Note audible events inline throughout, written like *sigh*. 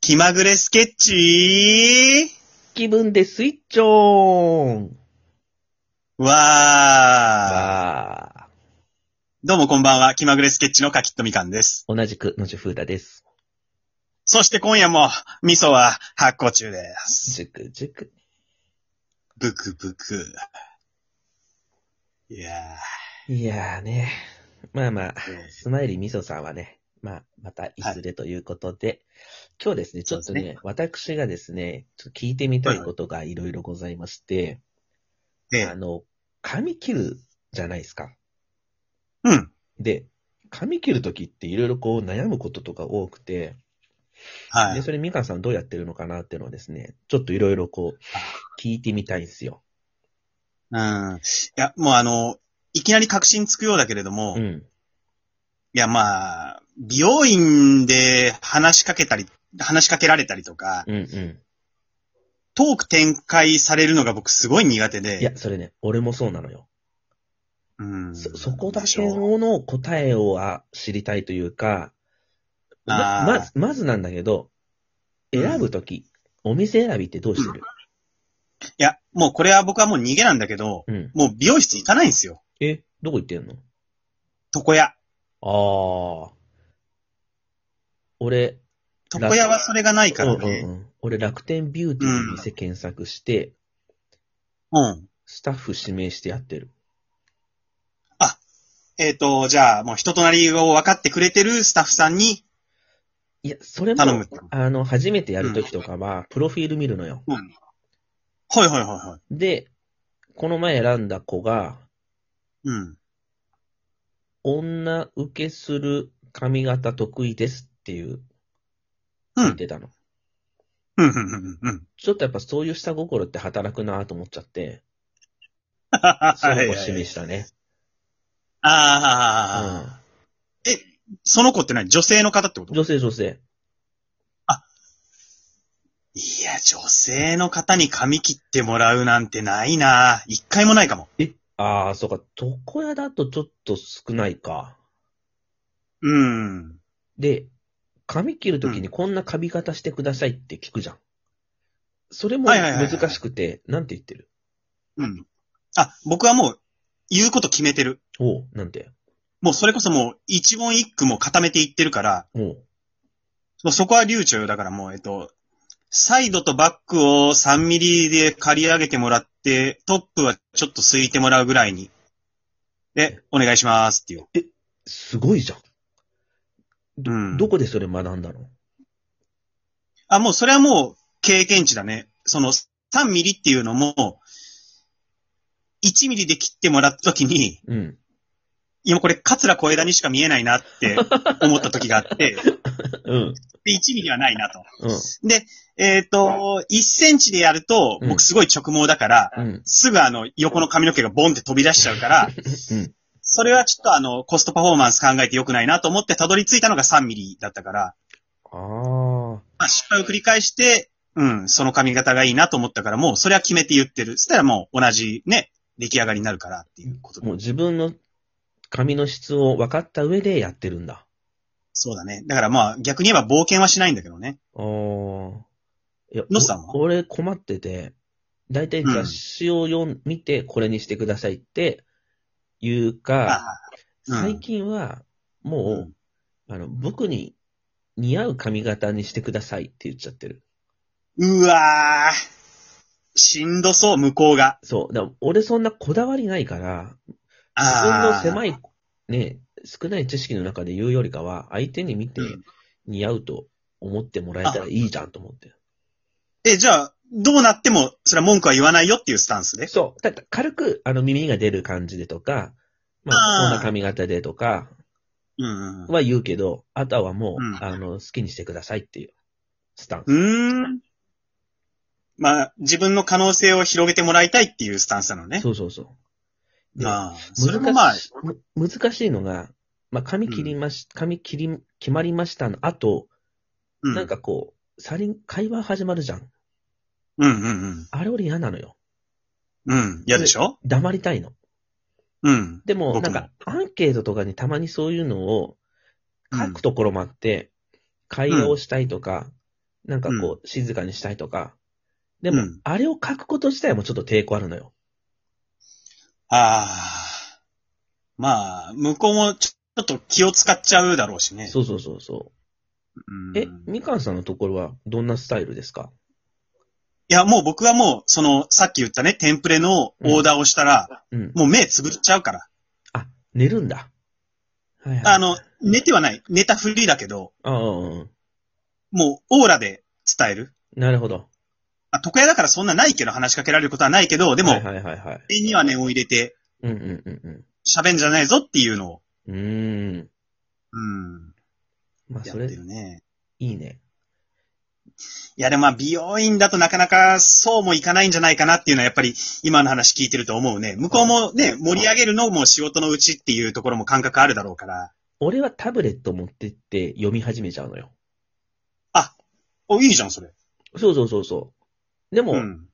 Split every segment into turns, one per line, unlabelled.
気まぐれスケッチ
気分でスイッチオン
ーわー。
わあ。
どうもこんばんは。気まぐれスケッチのかきっとみかんです。
同じく、のじゅふうだです。
そして今夜も、味噌は発酵中です。
じゅくじゅく。
ブクブク。いや
いやーね。まあまあ、
ー。
スマイリみそさんはね、まあ、またいずれということで、今日ですね、ちょっとね、
そうで
私がですね、ちょっと聞いてみたいことがいろいろございまして、
で
あ、の、髪切るじゃないですか。
うん。
で、髪切るときっていろいろこう悩むこととか多くて、
は
で、
い。
それみかんさんどうやってるのかなっていうのをですね、ちょっといろいろこう、聞いてみたいんですよ。
うん。いや、もうあの、いきなり確信つくようだけれども、
う
い
ん。
やまあ、美容院で話しかけたり、話しかけられたりとか、
うんう
トーク展開されるのが僕すごい苦手
ん。
で。
いや、それね、俺もそうなのよ。
うん。
そ、そこだ
でし
け
ょう
の答えをあ知りたいというか、ま、
あー
まず、まずなんだけど、
うん
選ぶとき、お店選びってどうしてる
いや、もうこれは僕はもう逃げなんだけど、
うん。
もう美容室行かないんですよ。
え、どこ行ってんの
床屋。
ああ。俺、
床屋はそれがないから
うん
ね。
うんうん、俺楽天ビューティーの店検索して、
うん。
スタッフ指名してやってる。
えっ、と、じゃあ、もう人となりを分かってくれてるスタッフさんに、
いや、それも
頼む、
あの、初めてやるときとかは、プロフィール見るのよ。
うん。はいはいはいはい。
で、この前選んだ子が、
うん。
女受けする髪型得意ですってい
う
う、
ん
言ってたの。
うん、うん、うん、うん。
ちょっとやっぱそういう下心って働くなと思っちゃって、そ
は *laughs*
れ
い
を
はいは
示
い。
したね。う
ああ、
ん
その子って何女性の方ってこと
女性女性。
いや、女性の方に髪切ってもらうなんてないな一回もないかも。
ああ、そうか、床屋だとちょっと少ないか。
うん。
で、髪切るときにこんな髪型してくださいって聞くじゃん。それも
はいはいはいは
難
い
しくて、なんて言ってる
うん。あ、僕はもう、言うこと決めてる。
おう、なんて。
もうそれこそもう、一言一句も固めていってるから、
おう。
もうそこは流暢よだからもう、えっと、サイドとバックを3ミリで刈り上げてもらって、トップはちょっとすいてもらうぐらいに。で、お願いしますっていう。
すごいじゃん。ど、
うん
どこでそれ学んだの
あ、もうそれはもう経験値だね。その3ミリっていうのも、1ミリで切ってもらった時に、
うん。
今これ桂小枝にしか見えないなって思った時があって、
うん。
で1ミリはないなと。
うん。
で、えっ、と、1センチでやると、
うん
僕すごい直毛だから、
うん。
すぐあの、横の髪の毛がボンって飛び出しちゃうから、
うん。
それはちょっとあの、コストパフォーマンス考えて良くないなと思ってたどり着いたのが3ミリだったから、
あ
まあ失敗を繰り返して、うん、その髪型がいいなと思ったから、もうそれは決めて言ってる。そしたらもう同じね、出来上がりになるからっていうこと
あ。
で
もう自分の髪の質を分かった上でやってるんだ。
そうだね。だからまあ逆に言えば冒険はしないんだけどね。
ああ。いや、
のさんは
お俺困ってて、だいたい雑誌を読ん、見てこれにしてくださいって言うか、
あうん
最近は
う
も
ん
う、あの、僕に似合う髪型にしてくださいって言っちゃってる。
うわー。しんどそう、向こうが。
そう。だから俺そんなこだわりないから、自分
あ
の
あ。
狭い、ね、少ない知識の中で言うよりかは、相手に見て
うん
似合うと思ってもらえたらいいじゃんと思って。
え、じゃあ、どうなっても、それは文句は言わないよっていうスタンスで。
そう。だから軽く、あの、耳が出る感じでとか、ま
あー
あ、こんな髪型でとか
うん、うん。
は言うけど、あとはもう、
うん
あの、好きにしてくださいっていうスタンス。
うーん。まあ、自分の可能性を広げてもらいたいっていうスタンスなのね。
そうそうそう。で
ああ、それもまあ
難、し、む難しいのが、まあ、髪切りまし、髪切り、決まりましたの後、
う
なん、かこう、さりん、会話始まるじゃん。
うんうん
あれ俺嫌なのよ。
うん。うん。嫌でしょ
黙りたいの。
うん。
でも、
僕
なん
も
か、アンケートとかにたまにそういうのを
うん
書くところもあって、会話をしたいとか、なんかこう、静かにしたいとか。で
う
も
ん、
あれを書くこと自体もちょっと抵抗あるのよ。
ああ。まあ、向こうもちょちょっと気を使っちゃうだろうしね。
そうそうそうそうう。
ん
え、みかんさんのところはどんなスタイルですか
いや、もう僕はもう、その、さっき言ったね、テンプレのオーダーをしたら、
うん。
もう目つぶっちゃうから。
あ、寝るんだ。はいはい。
あの、寝てはない。寝たふりだけど、
ああ、うんうん。
もうオーラで伝える。
なるほど。
あ、床屋だからそんなないけど、話しかけられることはないけど、でも、
はい
手
はいはいはい。
には念を入れて、
うんうんうん
喋んじゃないぞっていうのを、
うん。う
う
ーん。
ん、
まあ、
や
そ
って
れ、
るね。
いいね。
いや、でもまあ、美容院だとなかなかそうもいかないんじゃないかなっていうのは、やっぱり今の話聞いてると思うね。向こうもね、盛り上げるのも仕事のうちっていうところも感覚あるだろうから。
俺はタブレット持ってって読み始めちゃうのよ。
お、いいじゃん、それ。
そうそうそうそう。でも、
うん。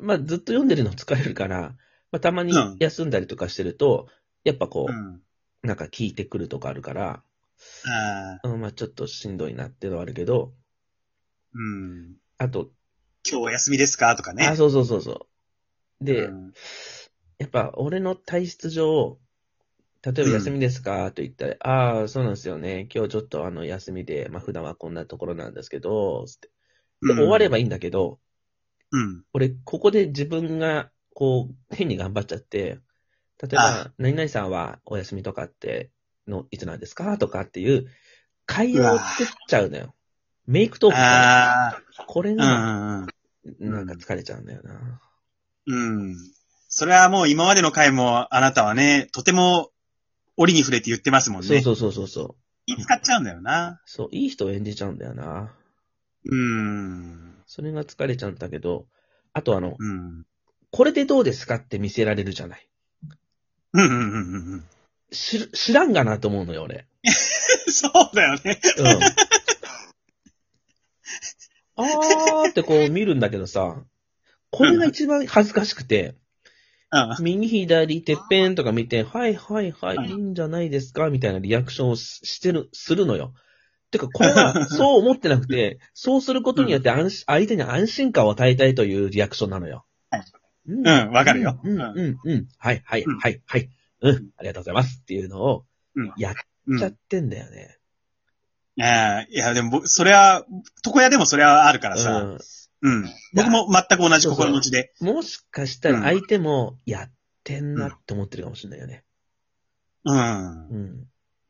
まあ、ずっと読んでるの疲れるから、まあ、たまに
うん
休んだりとかしてると、やっぱこ
う
う、
ん。
なんか聞いてくるとかあるから、
あー
うん、まあ、ちょっとしんどいなっていうのはあるけど、
うん。
あと、
今日お休みですかとかね。
あ、そうそうそうそう。で、
うん
やっぱ俺の体質上、例えば休みですかと言ったら、ああ、そうなんですよね。今日ちょっとあの休みで、まあ普段はこんなところなんですけど、つって。で、終わればいいんだけど、
うん。
俺、ここで自分が、こう、変に頑張っちゃって、例
あ
えば、何々さんはお休みとかって、の、いつなんですかとかっていう、会話を作っちゃうのよ。メイクトークみたいな
あ
これ
あ、う
が、
んん
なんか疲れちゃうんだよな。
うんうん。うん。それはもう今までの回もあなたはね、とても折に触れて言ってますもんね。
そうそうそうそうそう。
気使っちゃうんだよな。
そう、いい人を演じちゃうんだよな。
うん。
それが疲れちゃうんだけど、あとあの、
うん。
これでどうですかって見せられるじゃない。
うんうんうんうん *laughs* うん。
知る知らんがなと思うのよ、俺。
そうだよね。
うん。あーってこう見るんだけどさ、これが一番恥ずかしくて、
うん。
右左てっぺんとか見て、はいはいは
はい
い、いいんじゃないですかみたいなリアクションをししてる、するのよ。てか、これ
*laughs*
はそう思ってなくて、そうすることによって安心、相手に安心感を与えたいというリアクションなのよ。
はい
うん
うん、わかるよ。
うん、うん、うん。はい、はい、はい、はい。うん、ありがとうございます。っていうのを
う
しちゃっ
ん。
てんだよね。
ええいや、でも僕、それは、床屋でもそれはあるからさ。うん。僕も全く同じ心持ちで。
うん。もしかしたら相手もやってんなって思ってるかもしれないよね。
うん。
う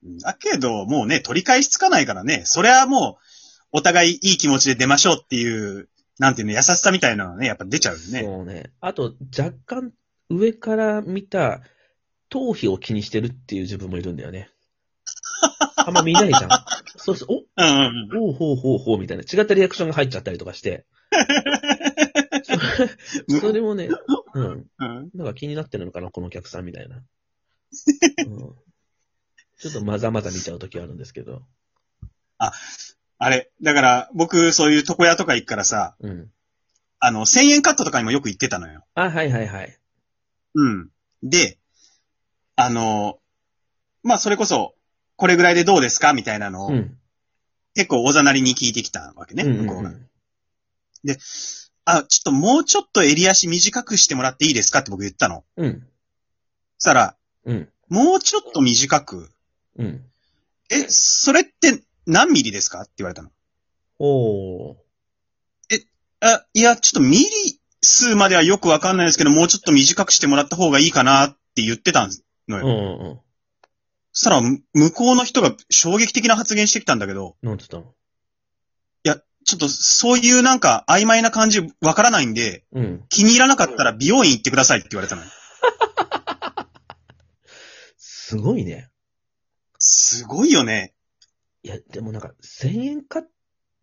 ん。
だけど、もうね、取り返しつかないからね、それはもう、お互いいい気持ちで出ましょうっていう、なんていうの、優しさみたいなのがね、やっぱ出ちゃうよね。
そうね。あと、若干上から見た頭皮を気にしてるっていう自分もいるんだよ *laughs* ね。あんま見ないじゃん。そうすると
うんうん
おおうほうほうほうみたいな違ったリアクションが入っちゃったりとかして。 *laughs* そ *laughs* れそれもね、うん。
うん。うん
なんか気になってるのかな、このお客さんみ *laughs* たいな。うんちょっとまざまざ見ちゃうときあるんですけど。
あれ、だから、僕、そういう床屋とか行くからさ、
うん。
あの、1000円カットとかにもよく行ってたのよ。
あ、はいはいはい。
うん。で、あの、まあ、それこそ、これぐらいでどうですかみたいなのを、
うん。
結構おざなりに聞いてきたわけね、
うんうんうん
向こうが。あ、ちょっともうちょっと襟足短くしてもらっていいですかって僕言ったの。
うん。
そしたら、
うん。
もうちょっと短く、
うん。
え、それって何ミリですかって言われたの。
おー。
あ、いや、ちょっとミリ数まではよくわかんないですけど、もうちょっと短くしてもらった方がいいかなって言ってたの
うん
よ。
うんうん。
そしたら、む向こうの人が衝撃的な発言してきたんだけど、
なんつったの
ちょっとそういうなんか曖昧な感じわからないんで、
うん。
気に入らなかったら美容院行ってくださいって言われたの。
すごいね。
すごいよね。
いや、でもなんか、1000円カッ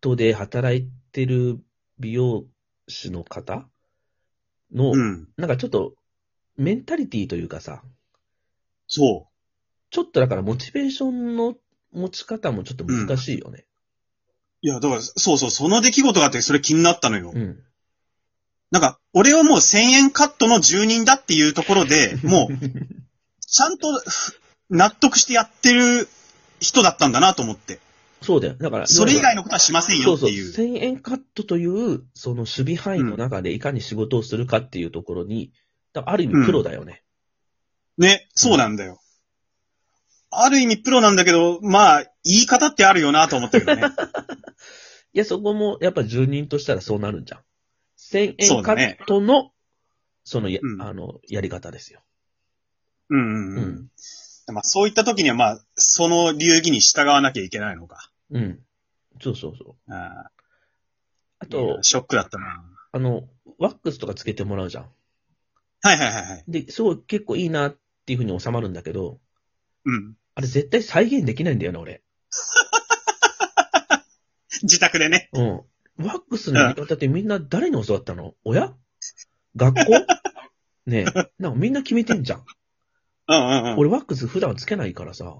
トで働いてる美容師の方の、
うん。
なんかちょっと、メンタリティというかさ、
そ
ちょっとだからモチベーションの持ち方もちょっと難しいよ
う。
ね。
いや、だから、そうそう、その出来事があって、それ気になったのよ。
うん。
なんか、俺はもう1000円カットの住人だっていうところ *laughs* で、もう、ちゃんとふ納得してやってる人だったんだなと思って。
そうだよ。だから、
それ以外のことはしません
そ
よ
う
っ
そ
て
う。
いう。
1000円カットという、その守備範囲の中でいかに仕事をするかっていうところに、だからある意味プロだよね。
ね、そうなんだよ。ある意味プロなんだけど、まあ、言い方ってあるよなと思ったけ
*laughs*
どね。
いや、そこも、やっぱ住人としたらそうなるんじゃん。1000
そ
円
う
カ
だね
ットの、そのや、
うん
あの、やり方ですよ。
うん
う
うんうん。
ん。
まあ、そういった時には、まあ、その流儀に従わなきゃいけないのか。
うん。そうそうそう。
あ
あ
ーい
と
や、ショックだったな。
あの、ワックスとかつけてもらうじゃん。
はいはいはいはい。
で、すごい結構いいなっていうふうに収まるんだけど、
うん。
あれ絶対再現できないんだよな、俺。
自宅でね。
うん。ワックスのやり方ってみんな誰に教わったの親学
*laughs*
校ねえ。なんかみんな決めてんじゃん。
うんうんうん。
俺ワックス普段つけないからさ、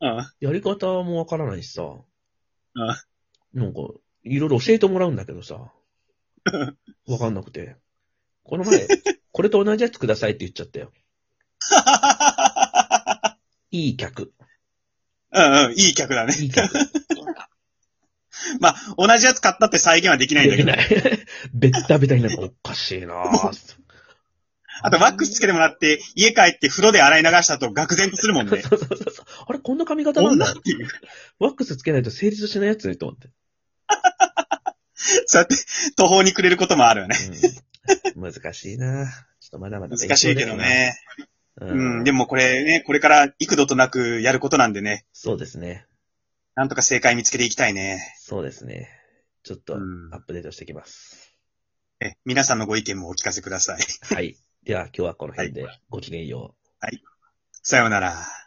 うん *laughs*
やり方もわからないしさ、
うん
なんか、いろいろ教えてもらうんだけ
*laughs*
どさ、わかんなくて。こ
*laughs*
の前、これと同じやつくださいって言っちゃったよ。いい客。
うんうん、いい客だね。
いい客。
*laughs* まあ、同じやつ買ったって再現はできないんだ
で
け
き *laughs*
ど。
ない。べったべたになるからおかしいなぁ。
*laughs* あと、ワックスつけてもらって、家帰って風呂で洗い流した後、愕然とするもんね。
そうそうそうそう。 *laughs* あれ、こんな髪型なん
女
だ
っ。ていう。
ワックスつけないと成立しないやつね、
*laughs*
と思って。
そうやって、途方に暮れることもあるよね。
うん難しいなぁ。ちょっとまだまだ勉強
難しいけどね。
ですな。
うん、で
も。
もこれね、これから幾度となくやることなんでね、
そうですね。
なんとか正解見つけていきたいね。
そうですね。ちょっと
う
ア
ん
ップデートしてきます。
え皆さんのご意見もお聞かせください。
はい。では、今日はこの辺で、ごきげんよう。
さようなら。